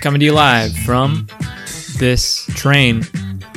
coming to you live from this train.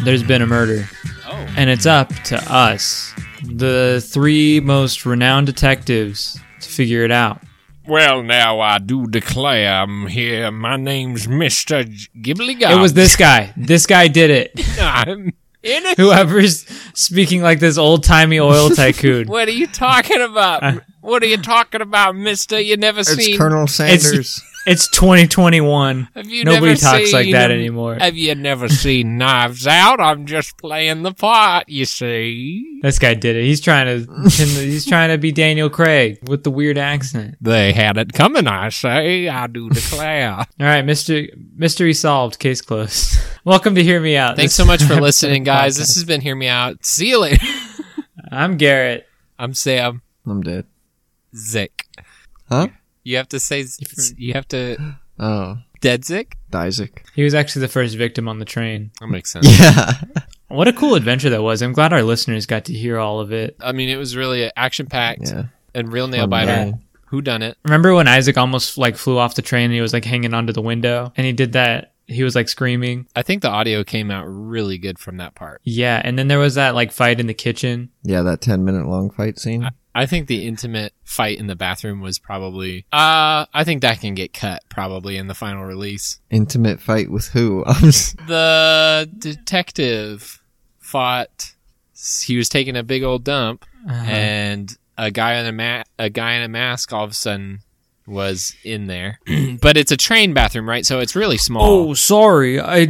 There's been a murder, Oh. and it's up to us, the three most renowned detectives, to figure it out. Well, now I do declare I'm here. My name's Mr. J- Ghibli It was this guy. This guy did it. I'm in it. Whoever's speaking like this old timey oil tycoon. What are you talking about? what are you talking about, mister? You never It's seen. Colonel Sanders. It's 2021. have you Nobody never talks like seen- that anymore. Have you never seen Knives Out? I'm just playing the part, you see. This guy did it. He's trying to. He's trying to be Daniel Craig with the weird accent. They had it coming, I say. I do declare. All right, mystery mystery solved, case closed. Welcome to Hear Me Out. Thanks This- so much for listening, guys. This has been Hear Me Out. See you later. I'm Garrett. I'm Sam I'm dead. Zick. Huh? You have to say, z- you have to, Oh, dead Zick? Isaac. He was actually the first victim on the train. That makes sense. Yeah. What a cool adventure that was. I'm glad our listeners got to hear all of it. I mean, it was really action packed Yeah. and real nail biter. Fun Who done it? Remember when Isaac almost like flew off the train and he was like hanging onto the window and he did that he was like screaming. I think the audio came out really good from that part. Yeah, and then there was that like fight in the kitchen. Yeah, that 10 minute long fight Ah. scene. I think the intimate fight in the bathroom was probably. Uh, I think that can get cut probably in the final release. Intimate fight with who? I'm s- The detective fought. He was taking a big old dump, Uh-huh. Uh, and a guy in a ma- a guy in a mask all of a sudden was in there. but it's a train bathroom, right? So it's really small. oh, sorry. I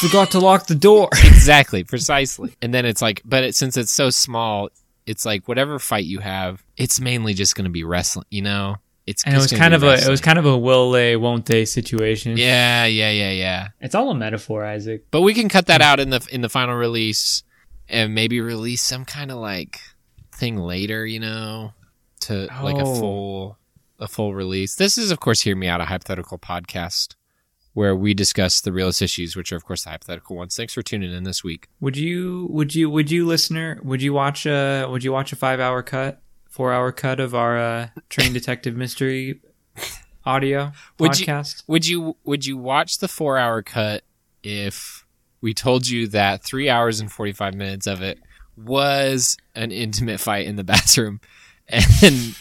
forgot to lock the door. Exactly, precisely. And then it's like, but it, since it's so small, it's like whatever fight you have, it's mainly just going to be wrestling. You know, it's And it was just kind gonna of be a it was wrestling. kind of a will they won't they situation. yeah, yeah, yeah, yeah. It's all a metaphor, Isaac. But we can cut that out in the in the final release, and maybe release some kind of like thing later, you know, to like a Oh. full a full release. This is, of course, hear me out, a hypothetical podcast where we discuss the realist issues, which are, of course, the hypothetical ones. Thanks for tuning in this week. Would you would you would you listener would you watch a would you watch a five hour cut four hour cut of our uh, train detective mystery audio Would you- podcast? Would you would you watch the four hour cut if we told you that three hours and forty five minutes of it was an intimate fight in the bathroom, and then,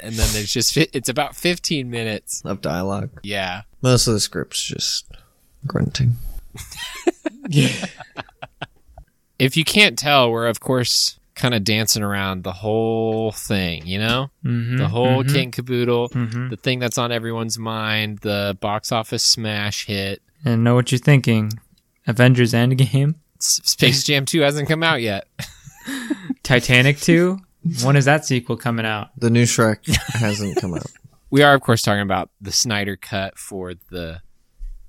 and then there's just fi- it's about fifteen minutes. of dialogue. Yeah, Most of the script's just grunting. if you can't tell, we're of course kind of dancing around the whole thing. You know, Mm-hmm, the whole king caboodle, hmm the thing that's on everyone's mind, the box office smash hit. And I know what you're thinking. Avengers Endgame, S- Space Jam Two hasn't come out yet. Titanic two. When is that sequel coming out? The new Shrek hasn't come out. We are, of course, talking about the Snyder cut for the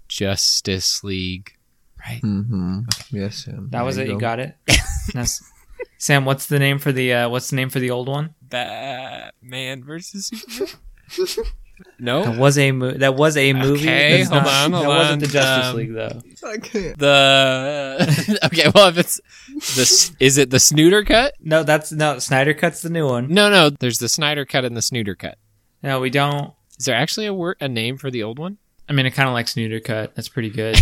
Justice League, right? Mm-hmm. Yes, Sam. That was There it. You go. got it. That's- Sam, what's the name for the uh, what's the name for the old one? Batman versus Superman. no, That was a mo- that was a movie. Okay, That's hold on, hold that wasn't the on. Justice Um, League though. I can't. the okay. Well, if it's the s- is it the Snooter cut? No, that's no Snyder cuts the new one. No, no. There's the Snyder cut and the Snooter cut. No, we don't. Is there actually a word a name for the old one? I mean, I kind of like Snooter Cut. That's pretty good.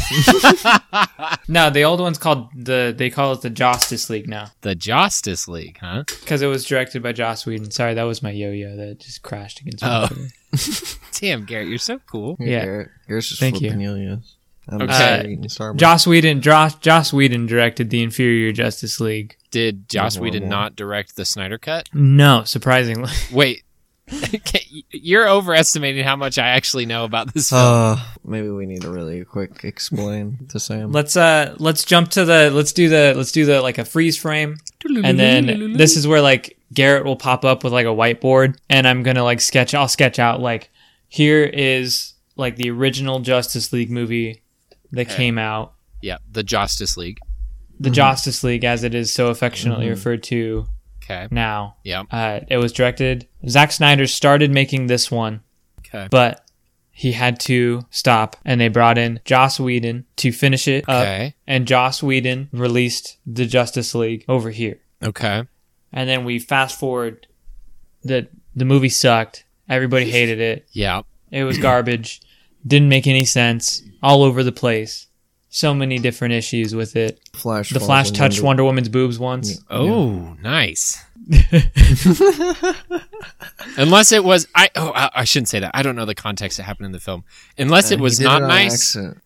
no, the old one's called the. They call it the Justice League now The Justice League, huh? because it was directed by Joss Whedon. Sorry, that was my yo-yo that just crashed against. Oh. Oh, Damn, Garrett, you're so cool. Here, yeah. Garrett. Yours is Thank you. flipping Elias. I'm Okay. sorry, eating Starbucks. Joss Whedon. Joss, Joss Whedon directed the inferior Justice League. Did Joss Horrible. Whedon not direct the Snyder cut? No, surprisingly, Wait, you're overestimating how much I actually know about this film. Uh, maybe we need a really quick explain to Sam. let's uh let's jump to the let's do the let's do the like a freeze frame, and then this is where like Garrett will pop up with like a whiteboard, and I'm gonna like sketch. I'll sketch out like here is like the original Justice League movie that Okay. came out. yeah, the Justice League. the Justice League, as it is so affectionately referred to Okay. now. Yep. Uh, it was directed. Zack Snyder started making this one, Okay. but he had to stop, and they brought in Joss Whedon to finish it Uh, up. Okay. And Joss Whedon released the Justice League over here, Okay. and then we fast forward. the The movie sucked. Everybody hated it. Yeah. It was garbage. Didn't make any sense. all over the place. So many different issues with it. Flash. The falls Flash in touched Wonder Wonder- Woman's boobs once. Oh, nice. Unless it was I oh I, I shouldn't say that. I don't know the context that happened in the film. Unless it Uh, He was did not on nice. accident.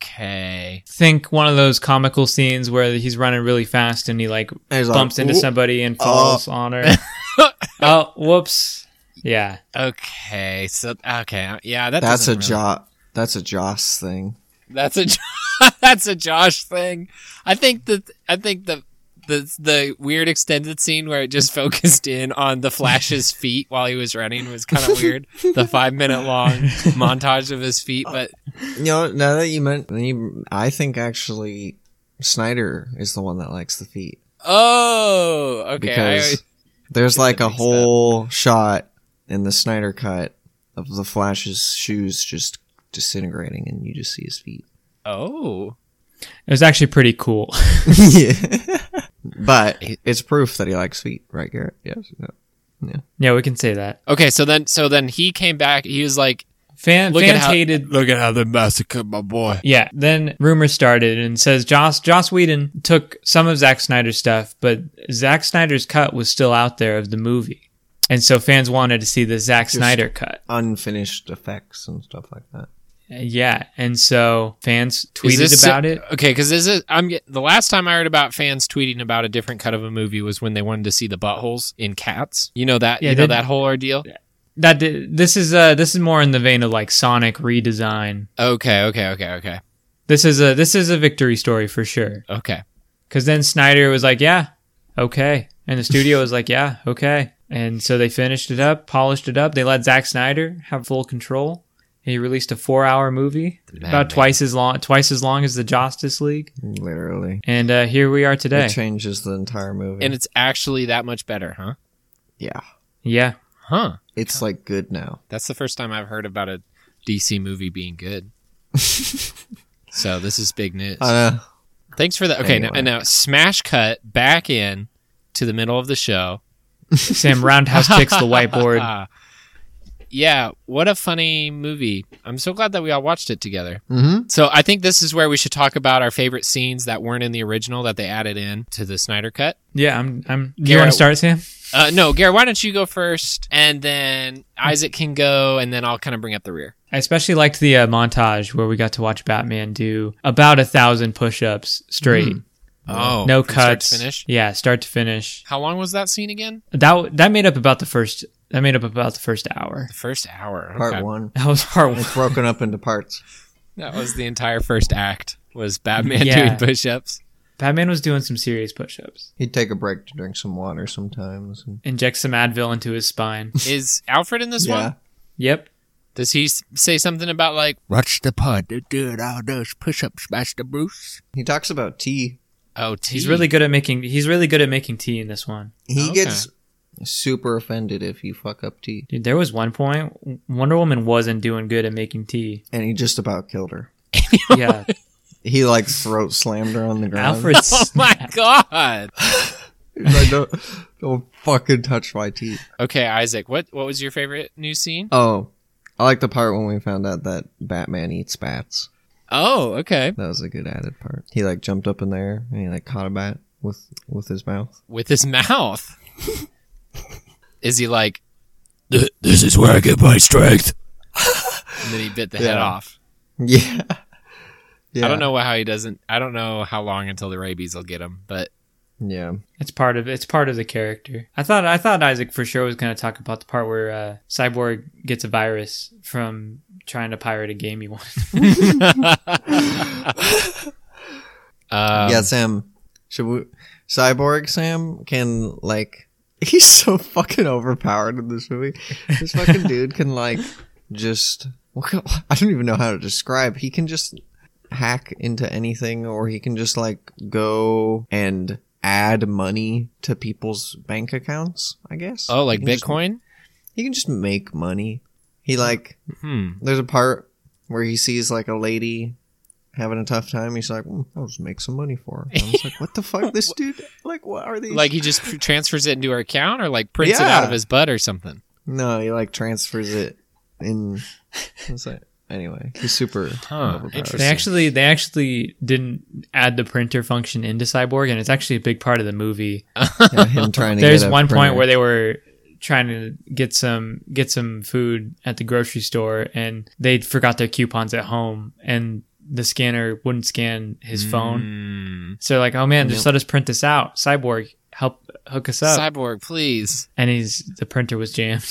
Okay. Think one of those comical scenes where he's running really fast and he like And he's like, bumps into "Ooh." somebody and Uh. falls on her. oh, whoops. Yeah. Okay. So okay. Yeah, that That's a doesn't really- jo- That's a Joss thing. That's a that's a Josh thing. I think that I think the the the weird extended scene where it just focused in on the Flash's feet while he was running was kind of weird. the five minute long montage of his feet, but You know, now that you meant, you- I think actually Snyder is the one that likes the feet oh, okay. I because always- there's get like that a mixed whole shot in the Snyder cut of the Flash's shoes just disintegrating, and you just see his feet. oh, It was actually pretty cool. yeah. But it's proof that he likes feet, right, Garrett? Yes. No. yeah, we can say that. okay. So then, so then he came back. He was like, Fan, Look at fans how- hated Look at how they massacred my boy. Yeah. Then rumors started and says Joss Joss Whedon took some of Zack Snyder's stuff, but Zack Snyder's cut was still out there of the movie. And so fans wanted to see the Zack Snyder cut. Unfinished effects and stuff like that. Yeah. And so fans is tweeted this about it. Okay, because this is I'm get- the last time I heard about fans tweeting about a different cut of a movie was when they wanted to see the buttholes in Cats. You know that Yeah, you know they- that whole ordeal. That di- this is uh this is more in the vein of like Sonic redesign. Okay, okay, okay, okay, This is a this is a victory story for sure. okay. Cuz then Snyder was like, "Yeah, okay." And the studio was like, "Yeah, okay." And so they finished it up, polished it up. They let Zack Snyder have full control. He released a 4-hour movie, about man. twice as long twice as long as the Justice League. Literally. And uh, here we are today. It changes the entire movie. And it's actually that much better, huh? yeah. yeah. Huh. It's like good now. That's the first time I've heard about a DC movie being good. so this is big news. Uh, Thanks for that. Okay, now, anyway. and now smash cut back in to the middle of the show. Sam Roundhouse kicks the whiteboard. Ah. yeah, what a funny movie. I'm so glad that we all watched it together. mm-hmm. So I think this is where we should talk about our favorite scenes that weren't in the original that they added in to the Snyder cut. Yeah, I'm I'm Do you want to Garrett- start, Sam? Uh, no, Garrett, why don't you go first, and then Isaac can go, and then I'll kind of bring up the rear. I especially liked the uh, montage where we got to watch Batman do about a thousand push-ups straight, Oh, no from start cuts. to finish. Yeah, start to finish. How long was that scene again? That that made up about the first. That made up about the first hour. The first hour. Part Okay. one. That was hard. It's broken up into parts. That was the entire first act. Was Batman Yeah. doing push-ups? Batman was doing some serious push-ups. He'd take a break to drink some water sometimes. And, Inject some Advil into his spine. Is Alfred in this yeah. one? Yep. Does he s- say something about like? Watch the pod that did all those push-ups, Master Bruce. He talks about tea. Oh, tea. He's really good at making. He's really good at making tea in this one. He Oh, Okay. gets super offended if you fuck up tea. Dude, there was one point Wonder Woman wasn't doing good at making tea. And he just about killed her. Yeah, He like throat slammed her on the ground. Alfred's. Oh my god. He's like, don't, don't fucking touch my tea. Okay, Isaac. What what was your favorite new scene? Oh, I like the part when we found out that Batman eats bats. Oh, okay. That was a good added part. He like jumped up in the air and he like caught a bat with with his mouth. With his mouth. Is he like? This is where I get my strength. And then he bit the Yeah. head off. Yeah. yeah. I don't know why- how he doesn't. I don't know how long until the rabies will get him, but Yeah. It's part of it's part of the character. I thought I thought Isaac for sure was going to talk about the part where uh, Cyborg gets a virus from trying to pirate a game he won. um, yeah, Sam. Should we Cyborg Sam can like he's so fucking overpowered in this movie. This fucking dude can like just I don't even know how to describe. He can just hack into anything or he can just like go and add money to people's bank accounts, I guess. Oh, like He can just- Bitcoin? he can just make money. He like Hmm. there's a part where he sees like a lady having a tough time. He's like, "Mm, I'll just make some money for her. And I was like, what the fuck? This dude, like, what are these? Like he just pr- transfers it into her account, or like prints it Yeah. out of his butt, or something. no, he like transfers it in. What's that? Anyway, he's super Huh, overpowered. interesting. They actually they actually didn't add the printer function into Cyborg, and it's actually a big part of the movie. Yeah, him trying to There's get a one point printer. where they were trying to get some get some food at the grocery store, and they forgot their coupons at home, and the scanner wouldn't scan his phone. Mm. So they're like, oh man, just let us print this out. Cyborg, help hook us up. Cyborg, please. and he's the printer was jammed.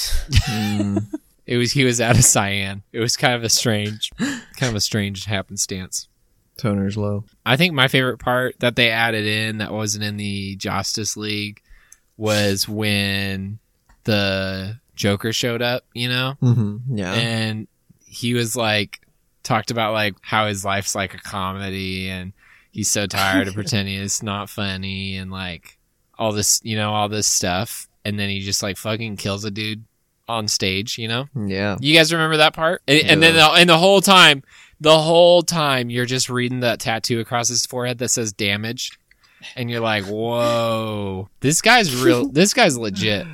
Mm, It was he was out of cyan. It was kind of a strange, kind of a strange happenstance. toner's low. I think my favorite part that they added in that wasn't in the Justice League was when the Joker showed up. You know, hmm Yeah. and he was like talked about like how his life's like a comedy and he's so tired of pretending it's not funny and like all this you know all this stuff and then he just like fucking kills a dude on stage you know yeah. you guys remember that part and, and then Yeah. the, and the whole time the whole time you're just reading that tattoo across his forehead that says damage and you're like whoa this guy's real this guy's legit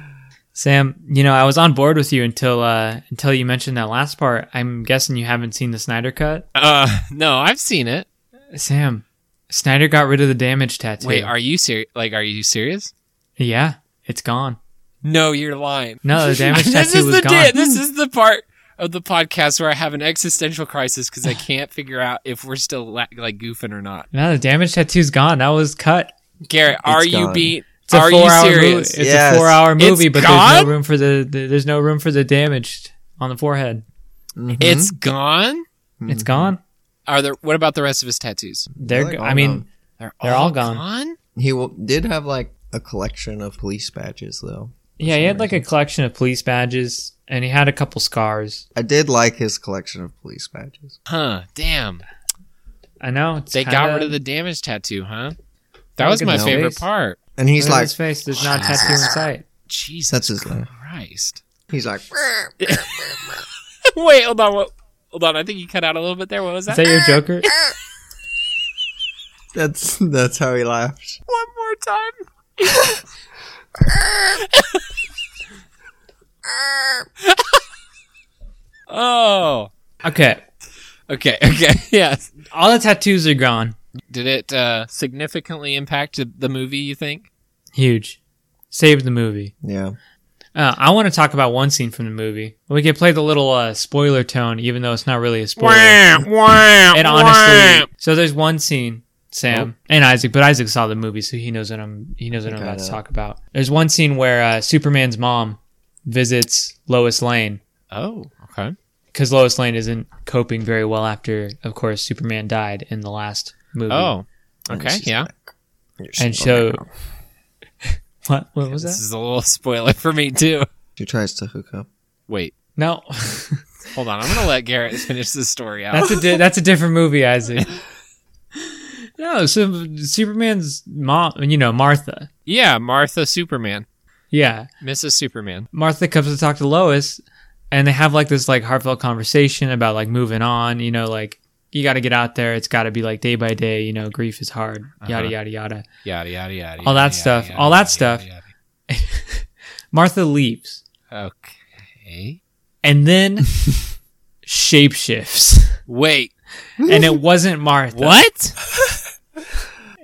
Sam, you know, I was on board with you until uh until you mentioned that last part. I'm guessing you haven't seen the Snyder cut. uh no i've seen it Sam, Snyder got rid of the damage tattoo. Wait, are you serious? Like, are you serious? yeah, it's gone. No, you're lying. No, the damage this tattoo is was the gone. di- this is the part of the podcast where I have an existential crisis because I can't figure out if we're still la- like goofing or not. no, the damage tattoo's gone. That was cut. Garrett, are you gone. being? It's a are you four-hour movie. serious? It's Yes. a four-hour It's movie, but there's gone? no room for the, the there's no room for the damaged on the forehead. Mhm. Mm-hmm. It's gone. It's gone. Are there? What about the rest of his tattoos? They're. Mm-hmm. They're go- all I mean, gone. They're, They're all gone. he w- did have like a collection of police badges though. yeah, he had like a collection of police badges, and he had a couple scars. I did like his collection of police badges. Huh? Damn. I know it's They got kinda- rid of the damage tattoo, huh? That Look was at my his favorite face. part. And he's Look at like his face. There's not a tattoo in sight. Jesus that's his name. Christ. He's like Wait, hold on. What? Hold on. I think you cut out a little bit there. What was Is that your Joker? that's that's how he laughs. one more time. oh. Okay. Okay, okay. Yes. All the tattoos are gone. Did it uh, significantly impact the movie, you think? Huge. Saved the movie. Yeah. Uh, I want to talk about one scene from the movie. We can play the little uh, spoiler tone, even though it's not really a spoiler. and And honestly, so there's one scene, Sam and Isaac, but Isaac saw the movie, so he knows what I'm he knows what I'm Okay, about to yeah. talk about. There's one scene where uh, Superman's mom visits Lois Lane Oh, okay. because Lois Lane isn't coping very well after, of course, Superman died in the last movie. Oh, And okay, she's yeah. like, "You're oh and so so bad." what what was This that? is a little spoiler for me, too. she tries to hook up. Wait, No, hold on. I'm going to let Garrett finish this story out. that's a di- that's a different movie, Isaac. No, so Superman's mom, you know Martha. yeah, Martha Superman. Yeah, Mrs. Superman. Martha comes to talk to Lois, and they have like this like heartfelt conversation about like moving on. You know, like you got to get out there. It's got to be like day by day. You know, grief is hard. Yada Uh-huh. yada yada. Yada, yada, yada. All that yada, stuff. yada, All that yada, stuff. yada, Martha leaves, yada. Okay. and then shapeshifts, Wait, and it wasn't Martha. what?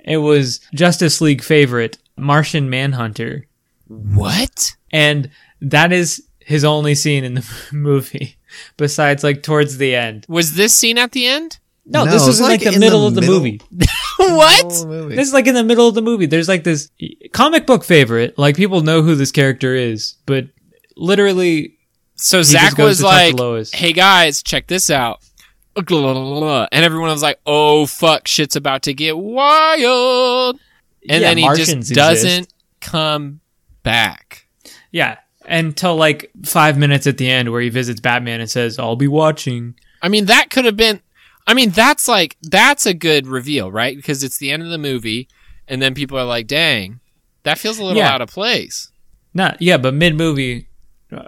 It was Justice League favorite Martian Manhunter, What? and that is his only scene in the movie. Besides, like towards the end. Was this scene at the end? No, No, this it's is like, like in the the middle of the middle. movie. Whole what? movie. This is like in the middle of the movie. There's like this comic book favorite. Like people know who this character is, but literally, So just Zach goes was to talk to like, Lois. "Hey guys, check this out." And everyone was like, "Oh fuck, shit's about to get wild." And Yeah, then he Martians just exist. doesn't come back. yeah, until like five minutes at the end where he visits Batman and says, "I'll be watching." I mean, that could have been. I mean, that's like that's a good reveal, right? Because it's the end of the movie, and then people are like, "Dang, that feels a little Yeah. out of place." Not yeah, but mid movie,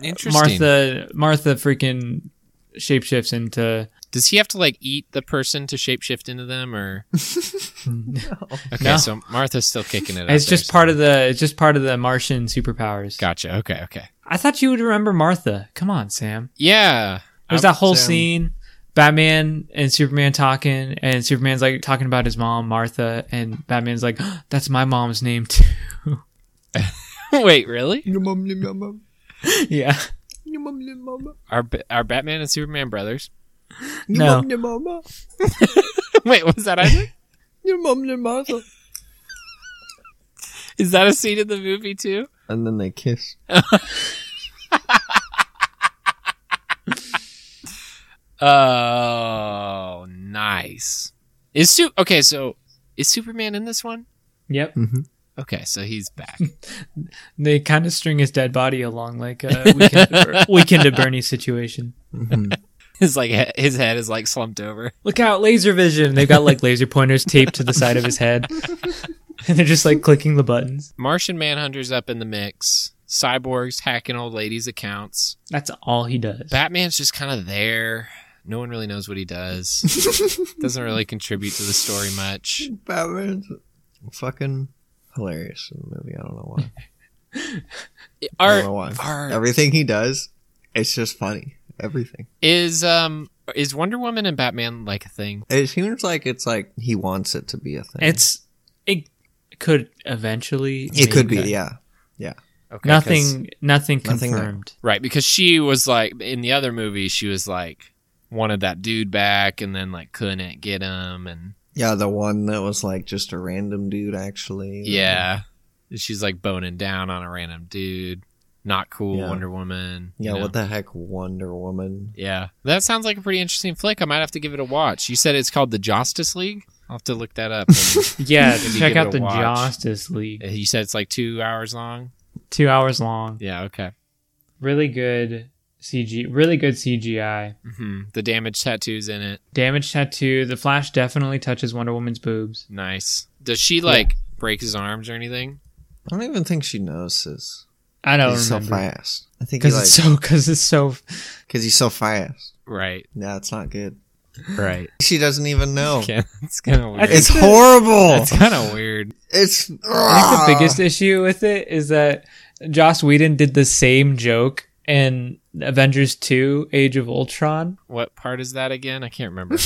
Interesting. Martha Martha freaking shapeshifts into Does he have to like eat the person to shapeshift into them, or? Okay, No. so Martha's still kicking it. it's just part of the it's just part of the Martian superpowers. Gotcha. Okay. Okay. I thought you would remember Martha. Come on, Sam. Yeah. There's I'm- that whole Sam. scene Batman and Superman talking, and Superman's like talking about his mom, Martha, and Batman's like, "That's my mom's name too." Wait, really? Your mom, your mom, yeah, your mom, your mom, Are Ba- are Batman and Superman brothers? No. your mom, your mama, Wait, was that Isaac? your mom, your mother. Is that a scene in the movie too? And then they kiss. Oh, nice. Is Su- okay? So is Superman in this one? yep. Mm-hmm, Okay, so he's back. They kind of string his dead body along like a weekend, at Ber- weekend at Bernie situation. mm-hmm. his like he- his head is like slumped over. Look out, laser vision! They've got like laser pointers taped to the side of his head, and they're just like clicking the buttons. Martian Manhunter's up in the mix. Cyborgs hacking old ladies' accounts. That's all he does. Batman's just kind of there. No one really knows what he does. Doesn't really contribute to the story much. Batman's fucking hilarious in the movie. I don't know why. I don't know Are, why. are- Everything he does, it's just funny. Everything. is um is Wonder Woman and Batman like a thing? It seems like it's like he wants it to be a thing. It's it could eventually. it could be, maybe. yeah. Okay, 'cause- Nothing. Nothing Nothing there. confirmed. Right, because she was like in the other movie, she was like wanted that dude back and then like couldn't get him and Yeah, the one that was like just a random dude actually. yeah. She's like boning down on a random dude. Not cool Yeah. Wonder Woman. Yeah, you know? what the heck Wonder Woman? Yeah. That sounds like a pretty interesting flick. I might have to give it a watch. You said it's called the Justice League? I'll have to look that up. And Yeah, Maybe check give out it a the watch. Justice League. Uh, you said it's like two hours long? Two hours long. Yeah, okay. Really good CG. Really good CGI. hmm The damage tattoos in it. Damage tattoo. The Flash definitely touches Wonder Woman's boobs. Nice. Does she like break his arms or anything? I don't even think she notices. I don't he's so remember fast. I think he because like it's so because it's so. because he's so fast. Right. Yeah, it's not good. Right. She doesn't even know. Okay. Oh, It's kind of weird. It's horrible. That's kind of weird. It's Ah! I think the biggest issue with it is that Joss Whedon did the same joke in Avengers Two: Age of Ultron. What part is that again? I can't remember.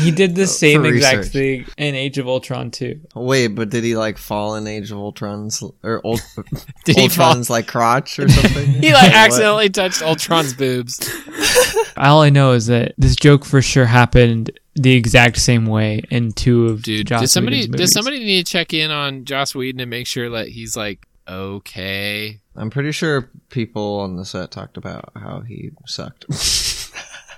He did the same Uh, for exact research. thing in Age of Ultron Two. Wait, but did he like fall in Age of Ultron's or Ult- Did he fall? Ultron's like crotch or something? He like What? accidentally touched Ultron's boobs. All I know is that this joke for sure happened the exact same way in two of Dude, Joss does somebody Whedon's does movies. somebody need to check in on Joss Whedon and make sure that he's like okay? I'm pretty sure people on the set talked about how he sucked.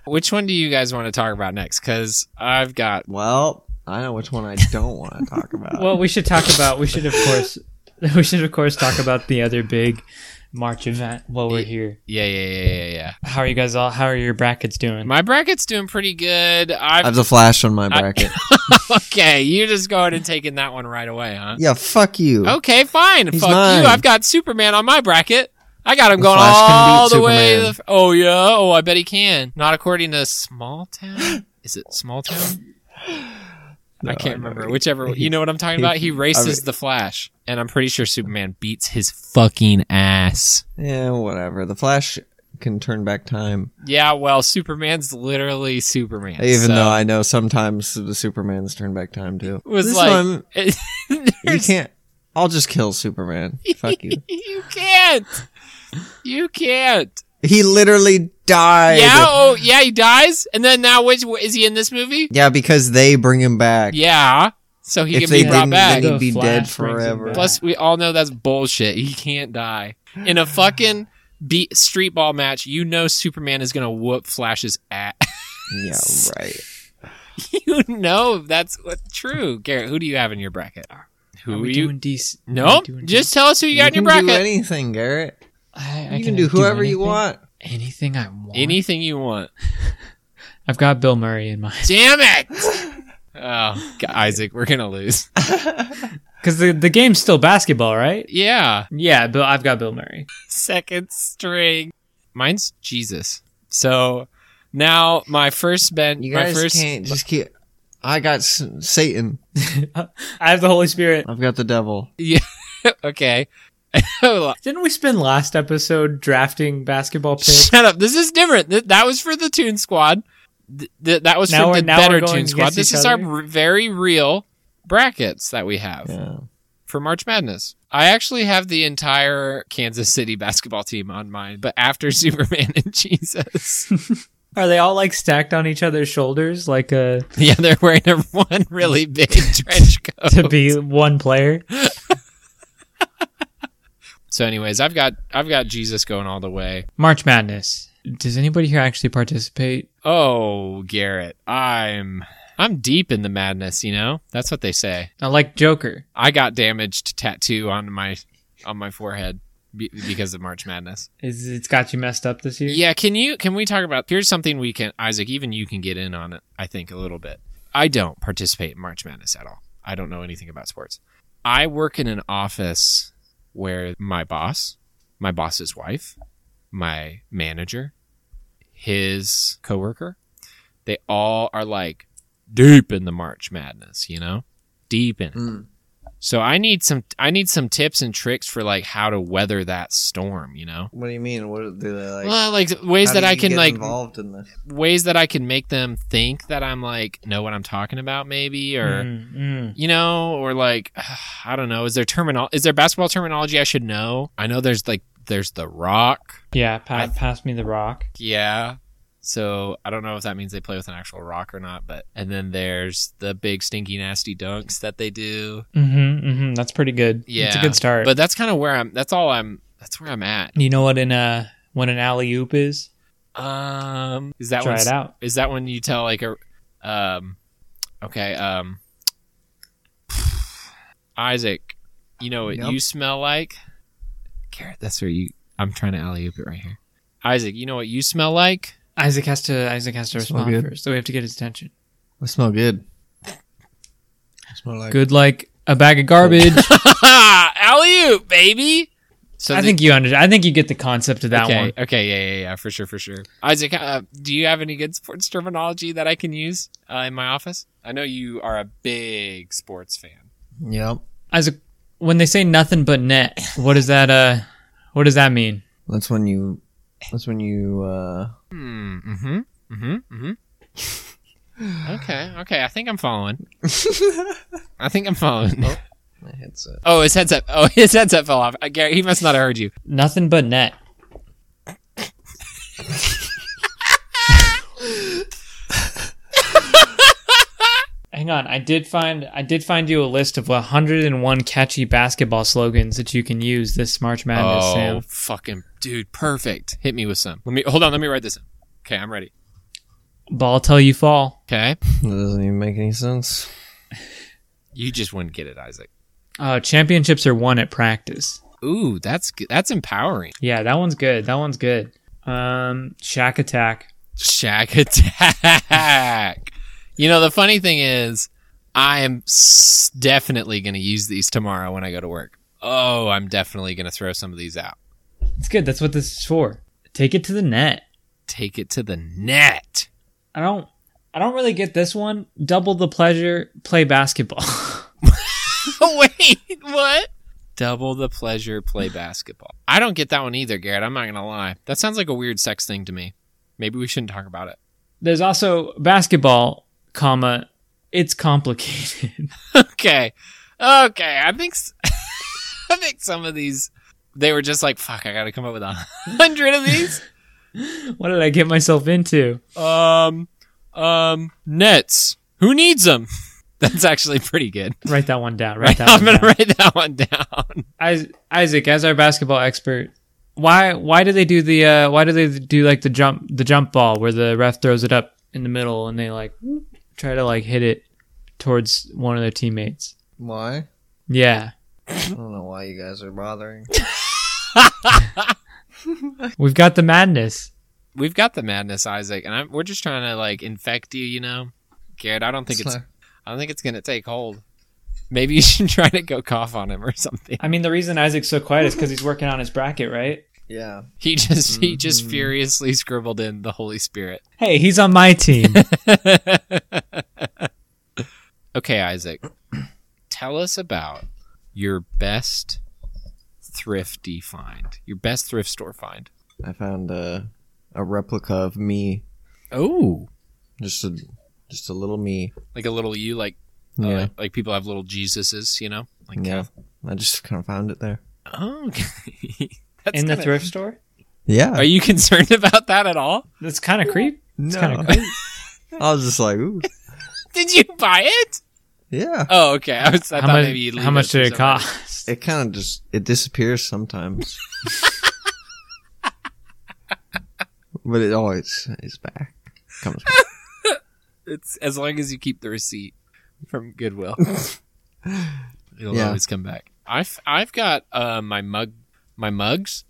Which one do you guys want to talk about next? Because I've got well, I know which one I don't want to talk about. Well, we should talk about. We should of course. We should of course talk about the other big March event while we're here. yeah, yeah, yeah, yeah, yeah. How are you guys all? How are your brackets doing? My bracket's doing pretty good. I have I've the flash on my bracket. okay. You're just going and taking that one right away, huh? yeah, fuck you. Okay, fine. He's Fuck mine. you. I've got Superman on my bracket. I got him going Flash can all beat the way. to The Superman. f- oh yeah. Oh, I bet he can. Not according to Small Town. Is it Small Town? I can't remember. Whichever you know what I'm talking about. He races the Flash, and I'm pretty sure Superman beats his fucking ass. Yeah, whatever. The flash can turn back time. Yeah, well, Superman's literally Superman. Even so though I know sometimes the Superman's turn back time too. it was This like one, you there's- can't. I'll just kill Superman. Fuck you. you can't. You can't. He literally died. Yeah, oh, yeah, he dies, and then now which is he in this movie? Yeah, because they bring him back. Yeah, so he If can they be brought didn't, back. then he'd The be Flash dead brings him forever. back. Plus, we all know that's bullshit. He can't die in a fucking beat street ball match. You know, Superman is gonna whoop Flash's ass. Yeah, right. you know that's what, true. Garrett, who do you have in your bracket? Who Are are, we you? doing dec- are we Nope. doing Just tell us who you got in your can do bracket. anything, Garrett. dec- I, I You can do whoever you anything- want. Anything I want. Anything you want. I've got Bill Murray in mind Damn it! Oh, God, Isaac, we're gonna lose. because the the game's still basketball, right? Yeah. Yeah, Bill. I've got Bill Murray. second string. Mine's Jesus. So now my first bench, You my guys first can't just keep. I got s- Satan. I have the Holy Spirit. I've got the devil. okay. Didn't we spend last episode drafting basketball picks? Shut up. This is different. Th- that was for the Toon Squad. th- th- that was Now from we're- the now Better we're going Tune Squad. against This each is our other? r- very real brackets that we have Yeah. for March Madness. I actually have the entire Kansas City basketball team on mine, but after Superman and Jesus. Are they all like stacked on each other's shoulders, like uh, yeah, they're wearing a one really big trench coat. to be one player? So anyways, I've got I've got Jesus going all the way. March Madness. Does anybody here actually participate? Oh, Garrett, I'm I'm deep in the madness, you know? That's what they say. I like Joker. I got damaged tattoo on my on my forehead be- because of March Madness. Is it's got you messed up this year? Yeah, can you can we talk about here's something we can Isaac, even you can get in on it, I think, a little bit. I don't participate in March Madness at all. I don't know anything about sports. I work in an office where my boss, my boss's wife, my manager, his coworker, they all are like deep in the March Madness, you know? Deep in it. Mm. So I need some I need some tips and tricks for like how to weather that storm, you know? What do you mean? What do they like? well, like ways how that do I you can get like involved in this? ways that I can make them think that I'm like know what I'm talking about, maybe, or Mm, mm. you know, or like I don't know. Is there terminal? Is there basketball terminology I should know? I know there's like there's the rock. Yeah, pa- I- pass me the rock. Yeah. So I don't know if that means they play with an actual rock or not, but and then there's the big stinky nasty dunks that they do. Mm-hmm, mm-hmm. That's pretty good. Yeah, it's a good start. But that's kind of where I'm. That's all I'm. That's where I'm at. you know what? In uh, what an alley oop is? Um, is that Try one it out. Is that when you tell like a um okay, um Isaac, you know what Yep. you smell like? Garrett, that's where you I'm trying to alley oop it right here. Isaac, you know what you smell like? Isaac has to. Isaac has to Smell respond good. first. So we have to get his attention. I smell good. I smell like Good, like a bag of garbage. alley oop, baby. So I the- think you under. I think you get the concept of that okay, one. Okay, yeah, yeah, yeah, for sure, for sure. Isaac, uh, do you have any good sports terminology that I can use uh, in my office? I know you are a big sports fan. Yep. Isaac, when they say nothing but net, what does that uh, what does that mean? That's when you. That's when you. uh Hmm. Mm-hmm. Mm-hmm. Mm-hmm. okay. Okay. I think I'm following. I think I'm following. My headset. Oh, his headset. Oh, his headset fell off. Uh, Gary, he must not have heard you. Nothing but net. Hang on, I did find I did find you a list of 101 catchy basketball slogans that you can use this March Madness, oh, Sam. fucking dude! Perfect. Hit me with some. Let me hold on. Let me write this. In. Okay, I'm ready. Ball till you fall. Okay, That doesn't even make any sense. you just wouldn't get it, Isaac. Uh, championships are won at practice. Ooh, that's g- that's empowering. Yeah, that one's good. That one's good. Um, Shack Attack. Shack attack. you know the funny thing is, I am s- definitely going to use these tomorrow when I go to work. Oh, I'm definitely going to throw some of these out. It's good. That's what this is for. Take it to the net. take it to the net. I don't. I don't really get this one. Double the pleasure. Play basketball. Wait, what? Double the pleasure, play basketball. I don't get that one either, Garrett. I'm not going to lie. That sounds like a weird sex thing to me. Maybe we shouldn't talk about it. There's also basketball, comma. It's complicated. Okay. Okay. I think s- I think some of these they were just like, fuck, I got to come up with a hundred of these. what did I get myself into? um um nets. Who needs them? That's actually pretty good. Write that one down. Write that I'm one going down. to write that one down. Is- Isaac, as our basketball expert, why why do they do the uh, why do they do like the jump the jump ball where the ref throws it up in the middle and they like try to like hit it towards one of their teammates? Why? Yeah, I don't know why you guys are bothering. we've got the madness. we've got the madness, Isaac, and I'm, we're just trying to like infect you. You know, Garrett. I don't think it's. like- I don't think it's gonna take hold. Maybe you should try to go cough on him or something. I mean, the reason Isaac's so quiet is because he's working on his bracket, right? yeah. He just he just Mhm. furiously scribbled in the Holy Spirit. Hey, he's on my team. okay, Isaac, tell us about your best thrifty find. Your best thrift store find. uh, I found a a replica of me. Oh, Just a just a little me. like a little you, like uh, Yeah. like, like people have little Jesuses, you know. Like yeah. I just kind of found it there. oh, okay. That's in the kinda- thrift store. Yeah. Are you concerned about that at all? That's kind of creep. no. kinda I was just like, ooh, Did you buy it? yeah. Oh, okay. I was. I how thought much? maybe you'd leave how much for did it somebody. cost? It kind of just it disappears sometimes. but it always is back. Comes back. It's as long as you keep the receipt from Goodwill. It'll Yeah. always come back. I've I've got uh, my mug my mugs.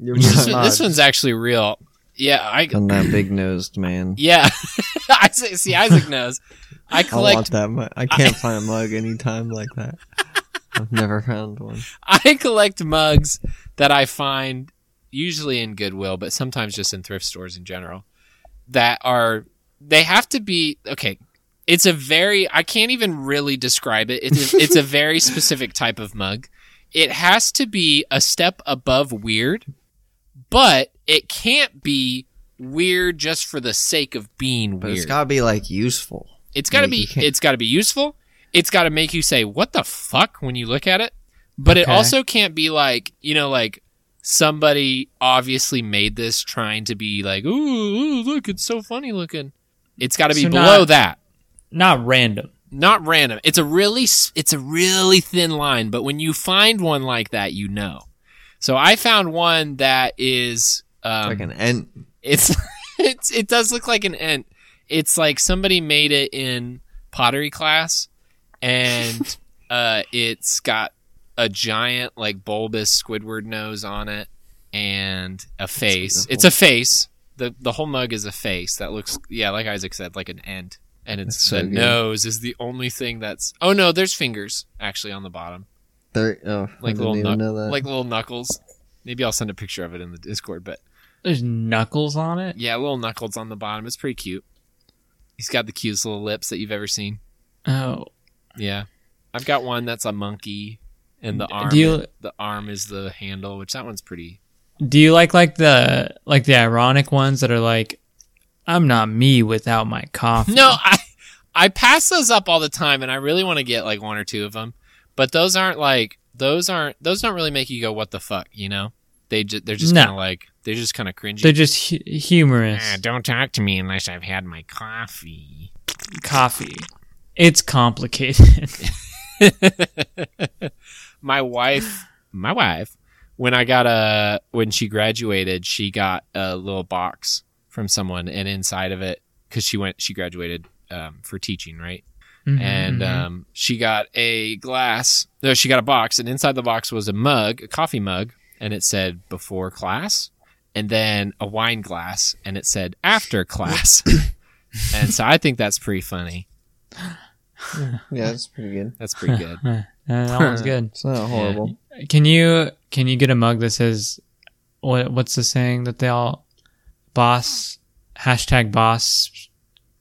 You're This, one- not this one's actually real. Yeah, I on that big nosed man. yeah. Isaac, see, Isaac knows. I I want collect that mug. I can't find a mug anytime like that. I've never found one. I collect mugs that I find usually in Goodwill, but sometimes just in thrift stores in general. That are they have to be okay. It's a very I can't even really describe it. It's it's a very specific type of mug. It has to be a step above weird, but it can't be weird just for the sake of being But weird. it's gotta be like useful. It's got to You- you be can't- it's got to be useful. It's got to make you say what the fuck when you look at it. But it Okay. also can't be like, you know, like somebody obviously made this trying to be like, ooh, ooh look, it's so funny looking. It's got to be So below not- that. Not random. Not random. It's a really s- it's a really thin line, but when you find one like that, you know. So I found one that is um, like an ant. it's it's it does look like an ant. It's like somebody made it in pottery class, and uh, it's got a giant like bulbous Squidward nose on it and a face. beautiful. It's a face. the The whole mug is a face that looks yeah, like Isaac said, like an ant. And it's That's so the good. nose is the only thing that's. Oh no, there's fingers actually on the bottom, There, oh, like I didn't little even knuck- know that. like little knuckles. Maybe I'll send a picture of it in the Discord, but There's knuckles on it. yeah, little knuckles on the bottom. It's pretty cute. He's got the cutest little lips that you've ever seen. Oh, Yeah, I've got one that's a monkey, and the arm do you the arm is the handle, which that one's pretty. do you like like the like the ironic ones that are like, I'm not me without my coffee. No, I I pass those up all the time, and I really want to get like one or two of them, but those aren't like those aren't those don't really make you go what the fuck, you know? They ju- they're just No. kind of like they're just kind of cringy. they're just hu- humorous. Ah, don't talk to me unless I've had my coffee. coffee. It's complicated. my wife, my wife, when I got a when she graduated, she got a little box from someone, and inside of it, because she went, she graduated um, for teaching, right? Mm-hmm, And um, she got a glass. No, she got a box, and inside the box was a mug, a coffee mug, and it said before class, and then a wine glass, and it said after class. and so I think that's pretty funny. yeah, that's pretty good. That's pretty good. Uh, that one's good. It's not horrible. Can you can you get a mug that says what what's the saying that they all boss hashtag boss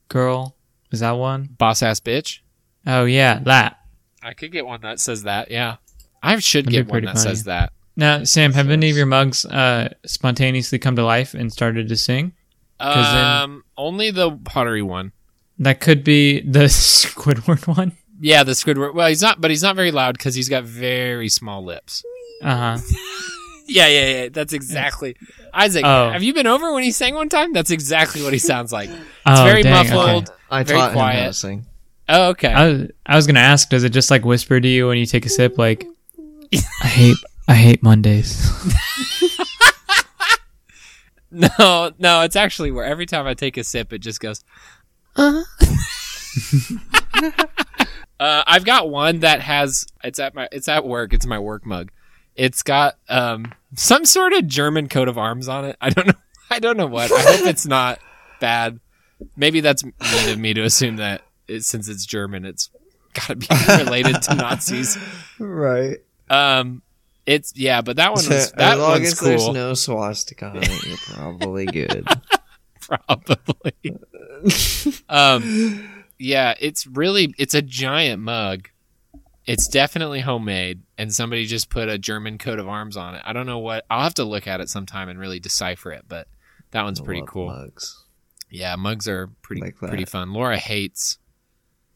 girl is that one? Boss ass bitch. Oh yeah, that. I could get one that says that. Yeah, I should That'd be get one pretty that funny. says that. Now, Sam, have any of your mugs uh, spontaneously come to life and started to sing? 'Cause then- Um, only the pottery one. That could be the Squidward one. Yeah, the Squidward. Well, he's not, but he's not very loud because he's got very small lips. Uh huh. Yeah, yeah, yeah. That's exactly Isaac. Oh. Have you been over when he sang one time? That's exactly what he sounds like. It's Oh, very dang, okay. muffled. I Very taught him how to quiet. sing. Oh, okay. I was, I was gonna ask, does it just like whisper to you when you take a sip? Like, I hate I hate Mondays. no, no. It's actually where every time I take a sip, it just goes. Uh. uh, I've got one that has. It's at my. It's at work. It's my work mug. It's got um some sort of German coat of arms on it. I don't know. I don't know what. I hope it's not bad. Maybe that's mean of me to assume that it, since it's German, it's got to be related to Nazis. Right. Um, Oh, it's yeah, but that one was, that as long one's as there's cool. no swastika on it, you're probably good. probably. um, yeah, it's really it's a giant mug. It's definitely homemade, and somebody just put a German coat of arms on it. I don't know what. I'll have to look at it sometime and really decipher it, but that one's pretty Love cool. Mugs. Yeah, mugs are pretty Like that. pretty fun. Laura hates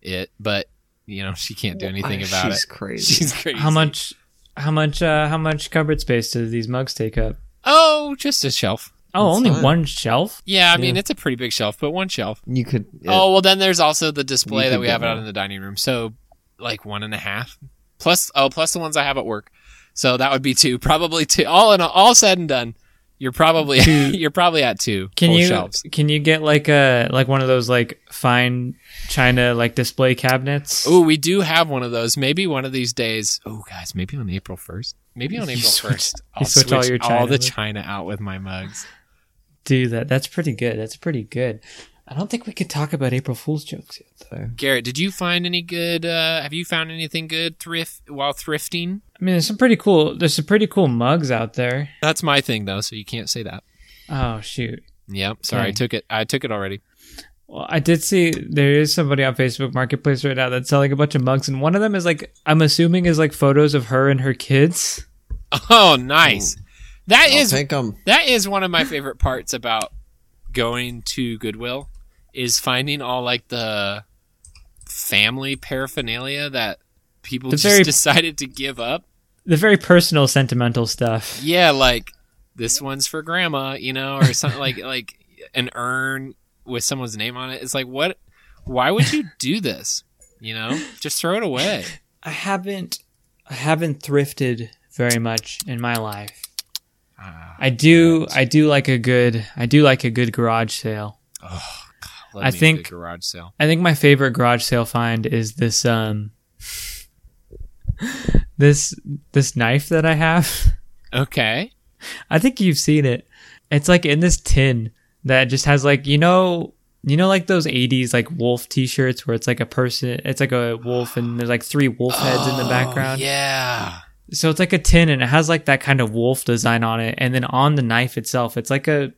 it, but you know she can't do anything about She's it. crazy. She's crazy. How much? How much? Uh, how much cupboard space do these mugs take up? Oh, just a shelf. Oh, That's only fine. one shelf. Yeah, I mean it's a pretty big shelf, but one shelf. you could. uh, Oh well, then there's also the display You that could we get have out more. in the dining room. So like one and a half plus oh plus the ones I have at work. So that would be two, probably two. All in all, all said and done, you're probably you're probably at two Can full you shelves. can you get like a like one of those like fine china like display cabinets? Oh, we do have one of those. Maybe one of these days. Oh, guys, maybe on April first. Maybe on You April switch- first, I'll switch all your all china the with- china out with my mugs. do that. That's pretty good. That's pretty good. I don't think we could talk about April Fool's jokes yet. Though. Garrett, did you find any good? Uh, have you found anything good thrift while thrifting? I mean, there's some pretty cool. There's some pretty cool mugs out there. That's my thing though, so you can't say that. Oh shoot. Yep, sorry, I Okay. took it. I took it already. Well, I did see there is somebody on Facebook Marketplace right now that's selling a bunch of mugs, and one of them is like I'm assuming is like photos of her and her kids. Oh, nice. Hmm. That I'll is take 'em. that is one of my favorite parts about going to Goodwill is finding all like the family paraphernalia that people The just very- decided to give up. The very personal, sentimental stuff. Yeah, like this one's for grandma, you know, or something like like an urn with someone's name on it. It's like what why would you do this? You know? Just throw it away. I haven't, I haven't thrifted very much in my life. Ah, I do, I do like a good, I do like a good garage sale. love I me a think- good garage sale. I think my favorite garage sale find is this um this this knife that I have. Okay. I think you've seen it. It's like in this tin that just has like you know you know like those 80s like wolf t-shirts where it's like a person it's like a wolf and there's like three wolf heads in the background. Oh, Yeah. So it's like a tin and it has like that kind of wolf design on it and then on the knife itself it's like a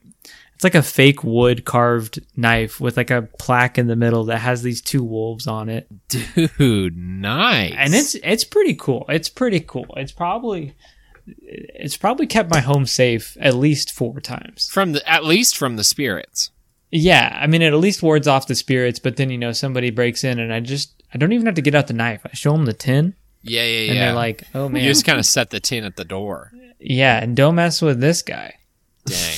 it's like a fake wood carved knife with like a plaque in the middle that has these two wolves on it. Dude, nice. and it's it's pretty cool. It's pretty cool. It's probably it's probably kept my home safe at least four times. from the at least from the spirits. Yeah, I mean it at least wards off the spirits. But then you know somebody breaks in, and I just I don't even have to get out the knife. I show them the tin, Yeah, yeah, yeah. and they're like, "Oh man, you just kind of set the tin at the door. yeah," and don't mess with this guy. Dang.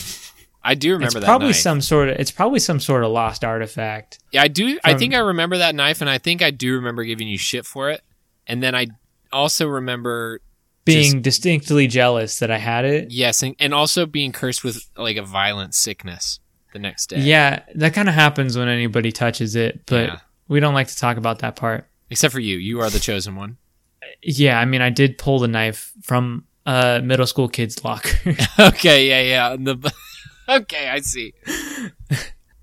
I do remember it's that probably knife. some sort of it's probably some sort of lost artifact. Yeah, I do. I from- think I remember that knife, and I think I do remember giving you shit for it. And then I also remember Being distinctly jealous that I had it. yes, and, and also being cursed with like a violent sickness the next day. Yeah, that kind of happens when anybody touches it, but Yeah. we don't like to talk about that part. Except for you, you are the chosen one. Yeah, I mean, I did pull the knife from a middle school kid's locker. okay. Yeah. Yeah. The. okay. I see.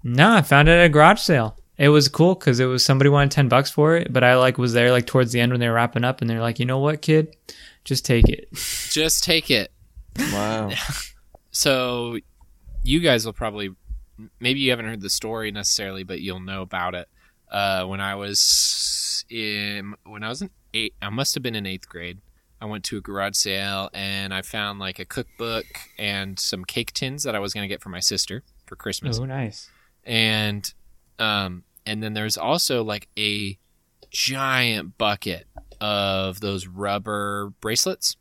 no, I found it at a garage sale. It was cool because it was somebody wanted ten bucks for it, but I like was there like towards the end when they were wrapping up, and they're like, you know what, kid, just take it. Just take it. Wow. so you guys will probably maybe you haven't heard the story necessarily but you'll know about it uh, when i was in when i was in eight i must have been in eighth grade i went to a garage sale and i found like a cookbook and some cake tins that i was going to get for my sister for christmas Oh, nice. and um and then there's also like a giant bucket of those rubber bracelets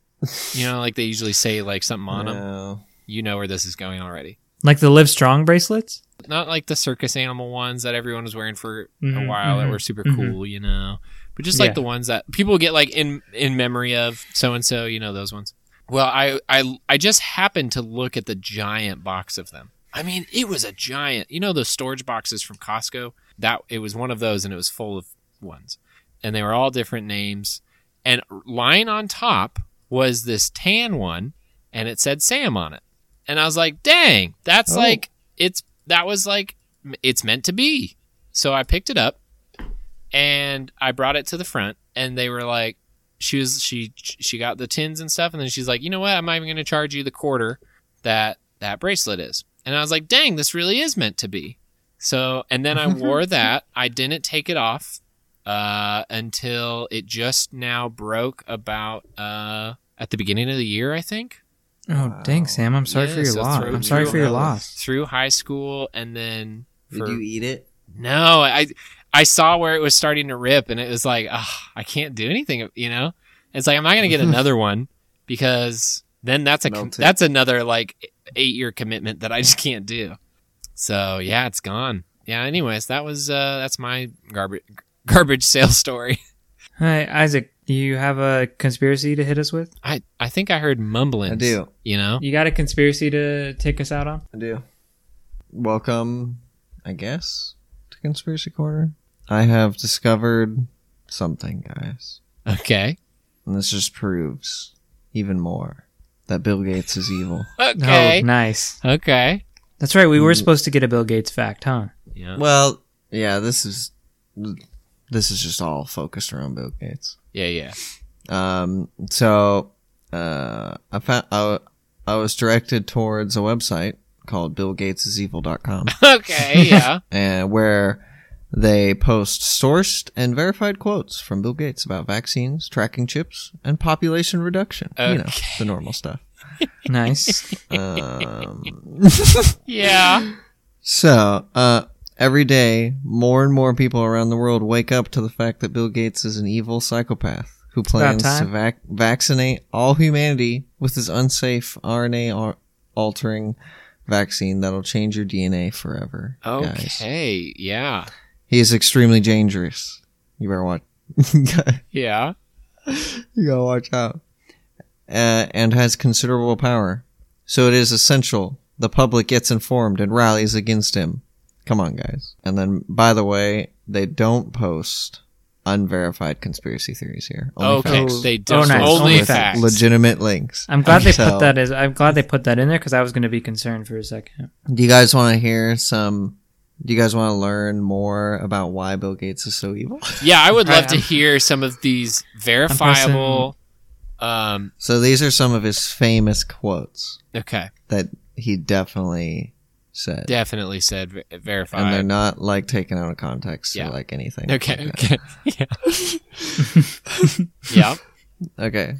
you know like they usually say like something on them No. you know where this is going already. Like the Live Strong bracelets. Not like the circus animal ones that everyone was wearing for a Mhm, while that mhm, were super mhm. cool, you know. But just like Yeah. the ones that people get like in in memory of so and so, you know those ones. Well, I I I just happened to look at the giant box of them. I mean, it was a giant. You know those storage boxes from Costco? That it was one of those and it was full of ones. And they were all different names. And lying on top was this tan one and it said Sam on it. And I was like, "Dang, that's Oh. like it's that was like m- it's meant to be." So I picked it up and I brought it to the front, and they were like, she was she she got the tins and stuff, and then she's like, you know what, I'm not even going to charge you the quarter that that bracelet is, and I was like, dang, this really is meant to be. So, and then I wore that. I didn't take it off uh, until it just now broke about uh, at the beginning of the year, I think Oh, dang, Wow. Sam, I'm sorry Yeah, for your so loss. throw- I'm sorry throw for your that loss. through high school and then for Did you eat it? no, I I saw where it was starting to rip, and it was like, ugh, I can't do anything. You know, it's like I'm not gonna get another one because then that's a com- Melt it. that's another like eight year commitment that I just can't do. So yeah, it's gone. Yeah. Anyways, that was uh that's my garbage garbage sale story. Hi, Isaac. You have a conspiracy to hit us with? I I think I heard mumblings. I do. You know. You got a conspiracy to take us out on? I do. Welcome, I guess, to Conspiracy Corner. I have discovered something, guys. Okay. And this just proves even more that Bill Gates is evil. Okay. Oh, nice. Okay. That's right. We were supposed to get a Bill Gates fact, huh? Yeah. well, yeah, this is this is just all focused around Bill Gates. Yeah. Yeah. Um, so uh, I found I, I was directed towards a website called BillGatesIsEvil.com, Okay. Yeah. and where they post sourced and verified quotes from Bill Gates about vaccines, tracking chips, and population reduction. You know, Okay. the normal stuff. Nice. Um, yeah. so, uh, every day, more and more people around the world wake up to the fact that Bill Gates is an evil psychopath who about plans to time. vac- vaccinate all humanity with his unsafe RNA al- altering vaccine that'll change your DNA forever. Guys. Okay. Yeah. He is extremely dangerous. You better watch. Yeah. you gotta watch out. Uh, and has considerable power. So it is essential the public gets informed and rallies against him. Come on, guys. And then, by the way, they don't post unverified conspiracy theories here. Okay. facts. They just Oh, nice. only Only facts. facts. Legitimate links. I'm glad they So- put that as. I'm glad they put that in there because I was going to be concerned for a second. Do you guys want to hear some? Do you guys want to learn more about why Bill Gates is so evil? Yeah, I would love Right, to I'm- hear some of these verifiable. Um. so these are some of his famous quotes Okay. that he definitely said. Definitely said ver- and they're verified. not like taken out of context Yeah. or like anything. Okay. like that. Okay. Yeah. yeah. Okay.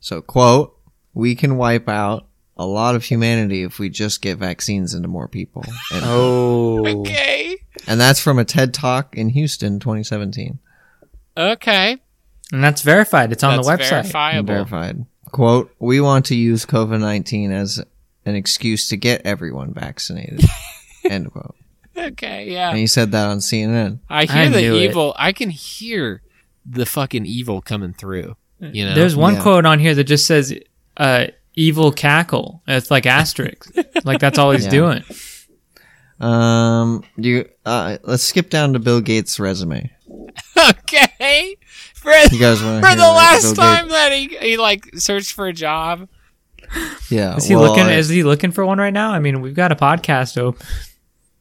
So, quote, we can wipe out a lot of humanity if we just get vaccines into more people. And, Oh. Okay. and that's from a TED Talk in Houston 2017. Okay. And that's verified. It's on the That's website. Verifiable. Verified. Quote, we want to use COVID 19 as an excuse to get everyone vaccinated. End quote. okay. Yeah. And he said that on CNN. I hear I the knew it. evil. I can hear the fucking evil coming through. You know. There's one Yeah. quote on here that just says uh, "evil cackle." It's like asterisk. like that's all he's Yeah. doing. Um, do you, uh, let's skip down to Bill Gates' resume. okay. For, You guys want to for the last time that he, he like searched for a job. Yeah. Is he well, looking? I- is he looking for one right now? I mean, we've got a podcast open.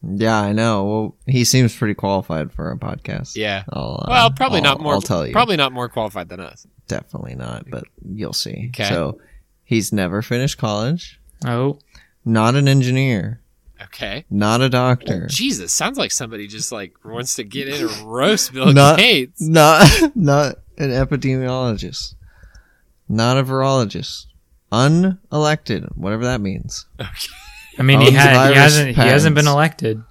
Yeah, I know. Well, he seems pretty qualified for a podcast. Yeah. I'll, uh, Well, probably I'll- not more. I'll tell you. Probably not more qualified than us. definitely not, but you'll see. Okay. So, he's never finished college. Oh, Not an engineer. Okay. Oh, Not a doctor. Jesus, sounds like somebody just like wants to get in and roast Bill Not- Gates. Not not an epidemiologist. Not a virologist. Unelected, whatever that means. I mean, he Owns had. virus He hasn't. He hasn't patents. been elected.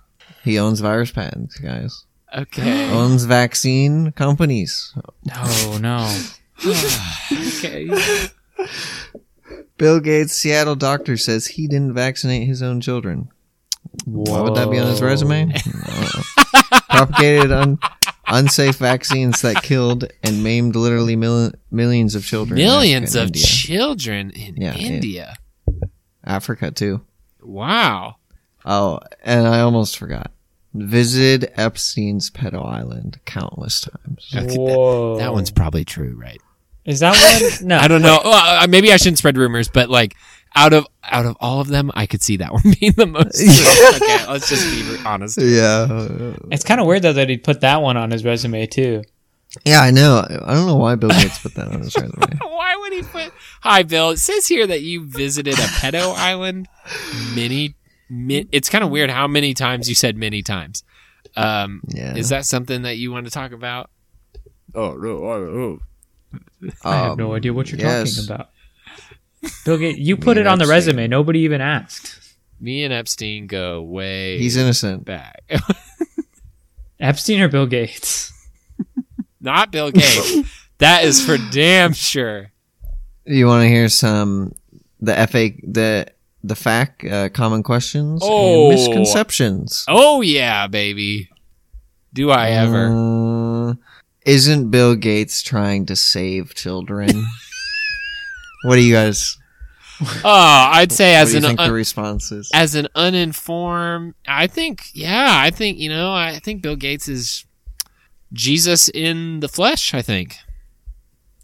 He owns virus patents, guys. Okay. Owns vaccine companies. No, no. okay. Bill Gates, Seattle doctor says he didn't vaccinate his own children. Why would that be on his Whoa. resume? Propagated un- unsafe vaccines that killed and maimed literally mil- millions of children. in Millions Africa and of India. children in Yeah, yeah. India. Africa too. Wow. Oh, and I almost forgot. Visited Epstein's pedo island countless times. Okay, that- Whoa. That one's probably true, right? Is that one? No. I don't know. Well, uh, maybe I shouldn't spread rumors, but like out of out of all of them, I could see that one being the most. true. okay, let's just be honest. Yeah, It's kind of weird though that he put that one on his resume too. yeah, I know. I don't know why Bill Gates put that on his resume. Why would he put? Hi, Bill. It says here that you visited a pedo island. Many, mi- it's kind of weird how many times you said many times. Um, Yeah. Is that something that you want to talk about? Oh no! Oh, I have Um, no idea what you're yes. talking about. Bill Gates, you put it mean, on the Epstein. resume. Nobody even asked. Me and Epstein go way He's innocent. back. Epstein or Bill Gates? Not Bill Gates. that is for damn sure. You want to hear some the FA the the fact uh, common questions Oh. and misconceptions? Oh yeah, baby. Do I ever? Uh, isn't Bill Gates trying to save children? what do you guys? oh, I'd say What as do you an think un- the response is? as an uninformed, I think yeah, I think you know, I think Bill Gates is Jesus in the flesh. I think.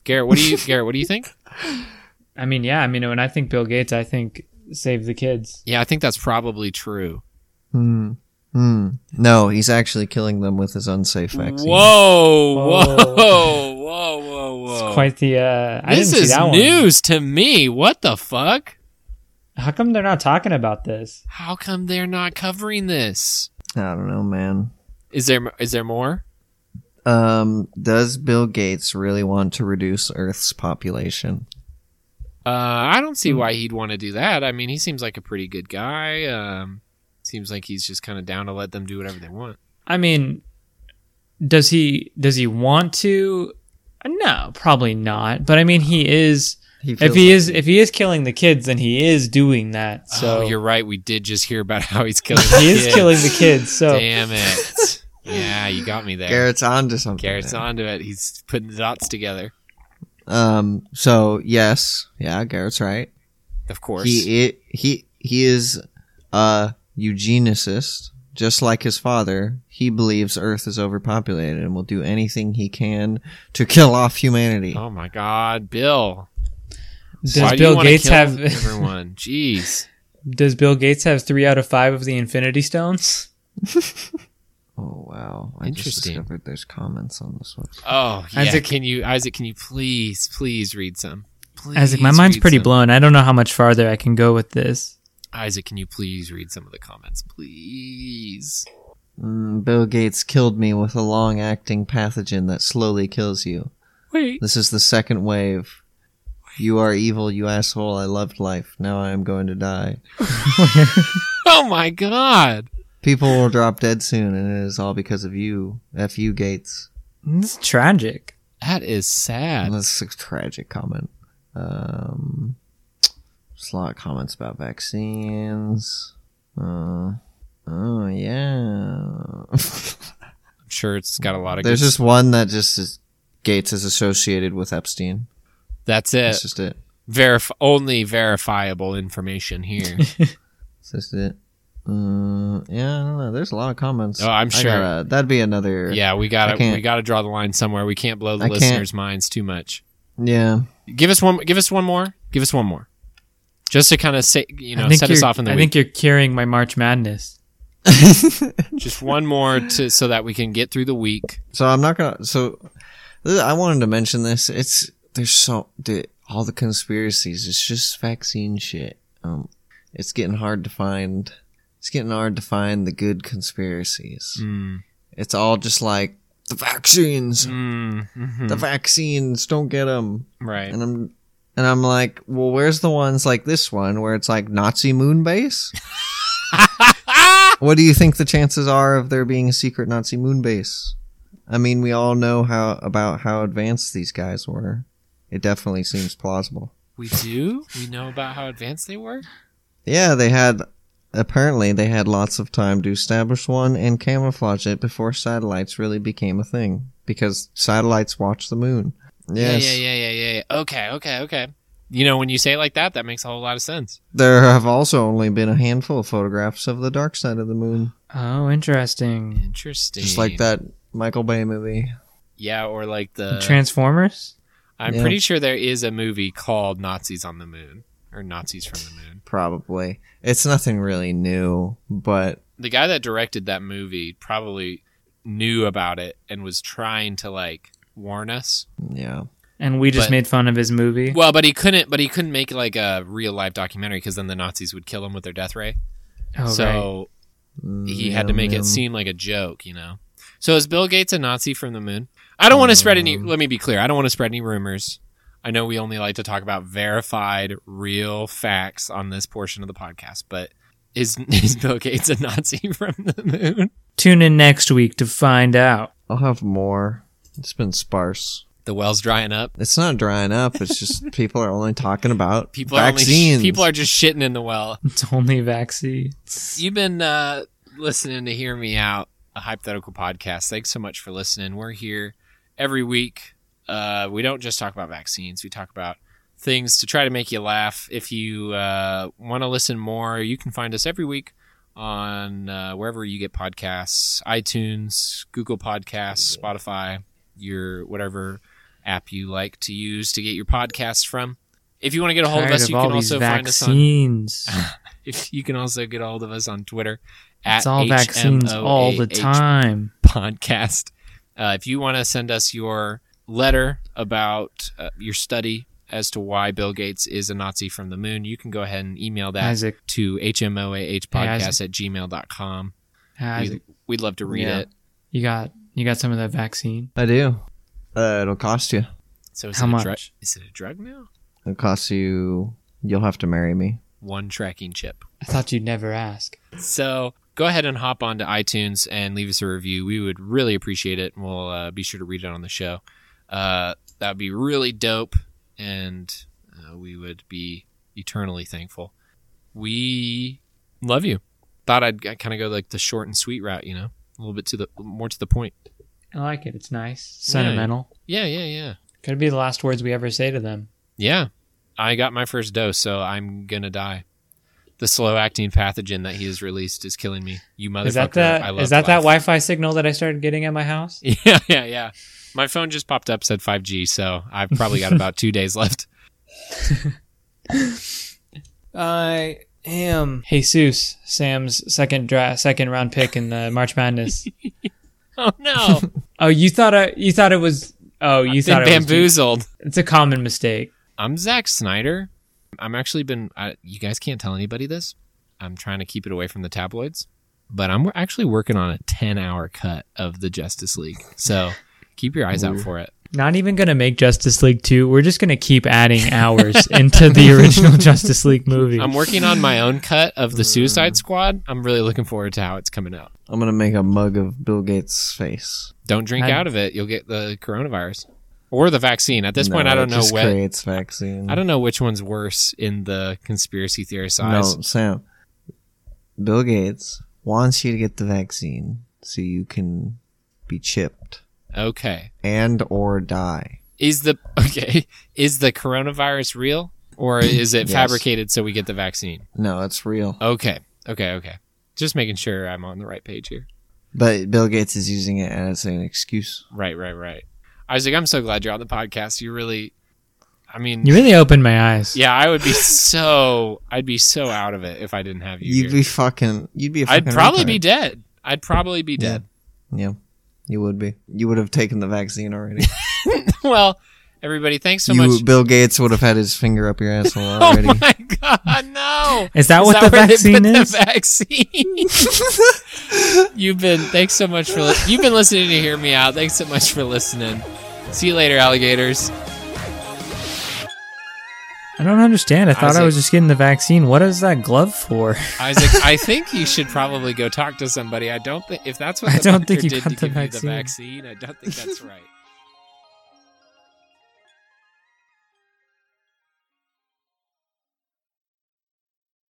Garrett, what do you Garrett? What do you think? I mean, yeah. I mean, when I think Bill Gates, I think save the kids. Yeah, I think that's probably true. Hmm. Hmm. No, he's actually killing them with his unsafe vaccine. Whoa, whoa, Whoa. whoa, whoa, whoa! It's quite the. Uh, I this didn't see is that one. news to me. What the fuck? How come they're not talking about this? How come they're not covering this? I don't know, man. Is there is there more? Um, does Bill Gates really want to reduce Earth's population? Uh, I don't Hmm. see why he'd want to do that. I mean, he seems like a pretty good guy. Um, seems like he's just kind of down to let them do whatever they want. I mean, does he does he want to? No, probably not. But I mean, he is. He If feels he like- is if he is killing the kids, then he is doing that. So So Oh, you're right. We did just hear about how he's killing. he is kids. killing the kids. So Damn it! yeah, you got me there. Garrett's on to something. Garrett's there. onto it. He's putting the dots together. Um. So yes, yeah, Garrett's right. Of course. He i he he is a eugenicist, just like his father. He believes Earth is overpopulated and will do anything he can to kill off humanity. Oh my God, Bill! does Why do you Bill wanna Gates kill have everyone? Jeez. does Bill Gates have three out of five of the Infinity Stones? Oh wow! I just Interesting. discovered there's comments on this one. Oh, yeah. Isaac- can you, Isaac? Can you please, please read some? Please Isaac, my mind's read pretty some. blown. I don't know how much farther I can go with this. Isaac, can you please read some of the comments, please? Mm, Bill Gates killed me with a long-acting pathogen that slowly kills you. Wait. This is the second wave. You are evil, you asshole. I loved life. Now I am going to die. Oh my God! People will drop dead soon, and it is all because of you. F you, Gates. It's tragic. That is sad. That's a tragic comment. Um, there's a lot of comments about vaccines. Uh, oh, yeah. I'm sure it's got a lot of. there's good- just one that just is Gates is associated with Epstein. that's it. That's just it. Verif- only verifiable information here. That's just it. Uh, yeah, I don't know. There's a lot of comments. Oh, I'm I sure. gotta- that'd be another. yeah, we gotta I can't- we gotta draw the line somewhere. We can't blow the I can't- listeners' minds too much. Yeah. Give us one. Give us one more. Give us one more. Just to kind of say, you know, set us you're- off in the I week. think you're curing my March Madness. Just one more to so that we can get through the week. So I'm not gonna. So th- I wanted to mention this. It's there's so the, all the conspiracies. It's just vaccine shit. Um, it's getting hard to find. It's getting hard to find the good conspiracies. Mm. It's all just like the vaccines. Mm. Mhm. The vaccines don't get them. Right. And I'm and I'm like, well, where's the ones like this one where it's like Nazi moon base? what do you think the chances are of there being a secret Nazi moon base? I mean, we all know how about how advanced these guys were. It definitely seems plausible. We do. We know about how advanced they were. Yeah, they had apparently they had lots of time to establish one and camouflage it before satellites really became a thing because satellites watch the moon. Yes. Yeah, yeah, yeah, yeah, yeah, yeah. Okay, okay, okay. You know, when you say it like that, that makes a whole lot of sense. There have also only been a handful of photographs of the dark side of the moon. Oh, interesting. Interesting. Just like that Michael Bay movie. Yeah, or like the. Transformers? I'm yeah. pretty sure there is a movie called Nazis on the Moon or Nazis from the Moon. Probably. It's nothing really new, but The guy that directed that movie probably knew about it and was trying to like warn us. yeah. And we just But- made fun of his movie. Well, but he couldn't. But he couldn't make like a real life documentary because then the Nazis would kill him with their death ray. oh, right. so Mm, he yeah, had to make yeah. it seem like a joke, you know. So is Bill Gates a Nazi from the moon? I don't want to spread any. Let me be clear. I don't want to spread any rumors. I know we only like to talk about verified, real facts on this portion of the podcast, but is is Bill Gates a Nazi from the moon? Tune in next week to find out. I'll have more. It's been sparse. The well's drying up. It's not drying up. It's just people are only talking about People are vaccines. only, people are just shitting in the well. It's only vaccines. You've been uh, listening to Hear Me Out, a hypothetical podcast. Thanks so much for listening. We're here every week. Uh, we don't just talk about vaccines, we talk about things to try to make you laugh. If you uh, want to listen more, you can find us every week on uh, wherever you get podcasts iTunes, Google Podcasts, Spotify, your whatever app you like to use to get your podcasts from. If you want to get a hold of Tired us, you all can these also find us on vaccines. if you can also get a hold of us on Twitter at It's all vaccines all the HMOAH time. podcast. Uh, if you want to send us your letter about uh, your study as to why Bill Gates is a Nazi from the moon, you can go ahead and email that Isaac, to hmoahpodcast Hey, podcast Isaac. at gmail.com. Isaac, We'd, we'd love to read Yeah. it. you got you got some of that vaccine. I do. Uh, it'll cost you. So is How it much? A drug? Is it a drug now? It'll cost you. You'll have to marry me. One tracking chip. I thought you'd never ask. So go ahead and hop on to iTunes and leave us a review. We would really appreciate it, and we'll uh, be sure to read it on the show. Uh, that would be really dope, and uh, we would be eternally thankful. We love you. Thought I'd kind of go like the short and sweet route, you know, a little bit to the more to the point. I like it. It's nice, Yeah. sentimental. Yeah, yeah, yeah, Could be the last words we ever say to them. yeah. I got my first dose, so I'm gonna die. The slow-acting pathogen that he has released is killing me. You motherfucker! Is that I that love is that that life. Wi-Fi signal that I started getting at my house? Yeah, yeah, yeah. My phone just popped up said 5G, so I've probably got about two days left. I am Jesus, Sam's second draft, second round pick in the March Madness. Oh no! oh, you thought I you thought it was. Oh, you Been thought it was. bamboozled. It's a common mistake. I'm Zack Snyder. I'm actually been. I, you guys can't tell anybody this. I'm trying to keep it away from the tabloids, but I'm actually working on a 10 hour cut of the Justice League. So keep your eyes out for it. Not even gonna make Justice League two. We're just gonna keep adding hours into the original Justice League movie. I'm working on my own cut of the Mm. Suicide Squad. I'm really looking forward to how it's coming out. I'm gonna make a mug of Bill Gates' face. Don't drink I'm- out of it. You'll get the coronavirus or the vaccine. At this point, No, I don't it know just what. creates vaccine. I don't know which one's worse in the conspiracy theorist No, eyes. Sam. Bill Gates wants you to get the vaccine so you can be chipped Okay. and or die. Is the okay, is the coronavirus real or is it Yes. fabricated so we get the vaccine? No, it's real. Okay. Okay, okay. Just making sure I'm on the right page here. But Bill Gates is using it as an excuse. Right, right, right. Isaac, I'm so glad you're on the podcast. You really I mean you really opened my eyes. yeah, I would be so I'd be so out of it if I didn't have you. You'd here. be fucking. You'd be. A I'd fucking probably retard. be dead. I'd probably be dead. Yeah, you would be. You would have taken the vaccine already. well, everybody, thanks so you, much. Bill Gates would have had his finger up your asshole Oh already. my god, no. Is that Is what that the where they vaccine put is? The vaccine. you've been thanks so much for li- you've been listening to hear me out. Thanks so much for listening. See you later, alligators. I don't understand. I thought I Isaac. was just getting the vaccine. What is that glove for? Isaac, I think you should probably go talk to somebody. I don't think if that's what I the don't doctor think you did got to the give you the vaccine. vaccine. I don't think that's right.